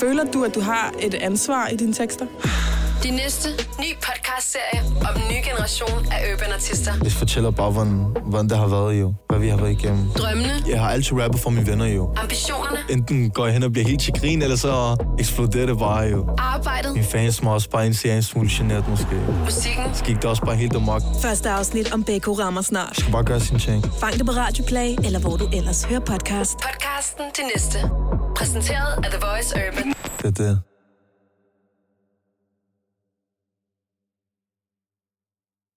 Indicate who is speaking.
Speaker 1: Føler du, at du har et ansvar i dine tekster?
Speaker 2: De næste, ny podcastserie om den nye generation af urban artister.
Speaker 3: Det fortæller bare, hvordan, hvordan det har været jo. Hvad vi har været igennem.
Speaker 2: Drømmene,
Speaker 3: Jeg har altid rappet for mine venner jo.
Speaker 2: ambitionerne,
Speaker 3: Enten går jeg hen og bliver helt til grin, eller så eksploderer det bare jo.
Speaker 2: arbejdet,
Speaker 3: Mine fans må også bare indse, at jeg er en smule generet måske.
Speaker 2: musikken.
Speaker 3: Så gik det også bare helt amok. Jeg
Speaker 4: Første afsnit om Beko rammer snart.
Speaker 3: kan bare gøre sin ting.
Speaker 4: Fang det på Radioplay, eller hvor du ellers hører podcast.
Speaker 2: Podcasten Det Næste. Præsenteret af The Voice Urban.
Speaker 3: Det er det.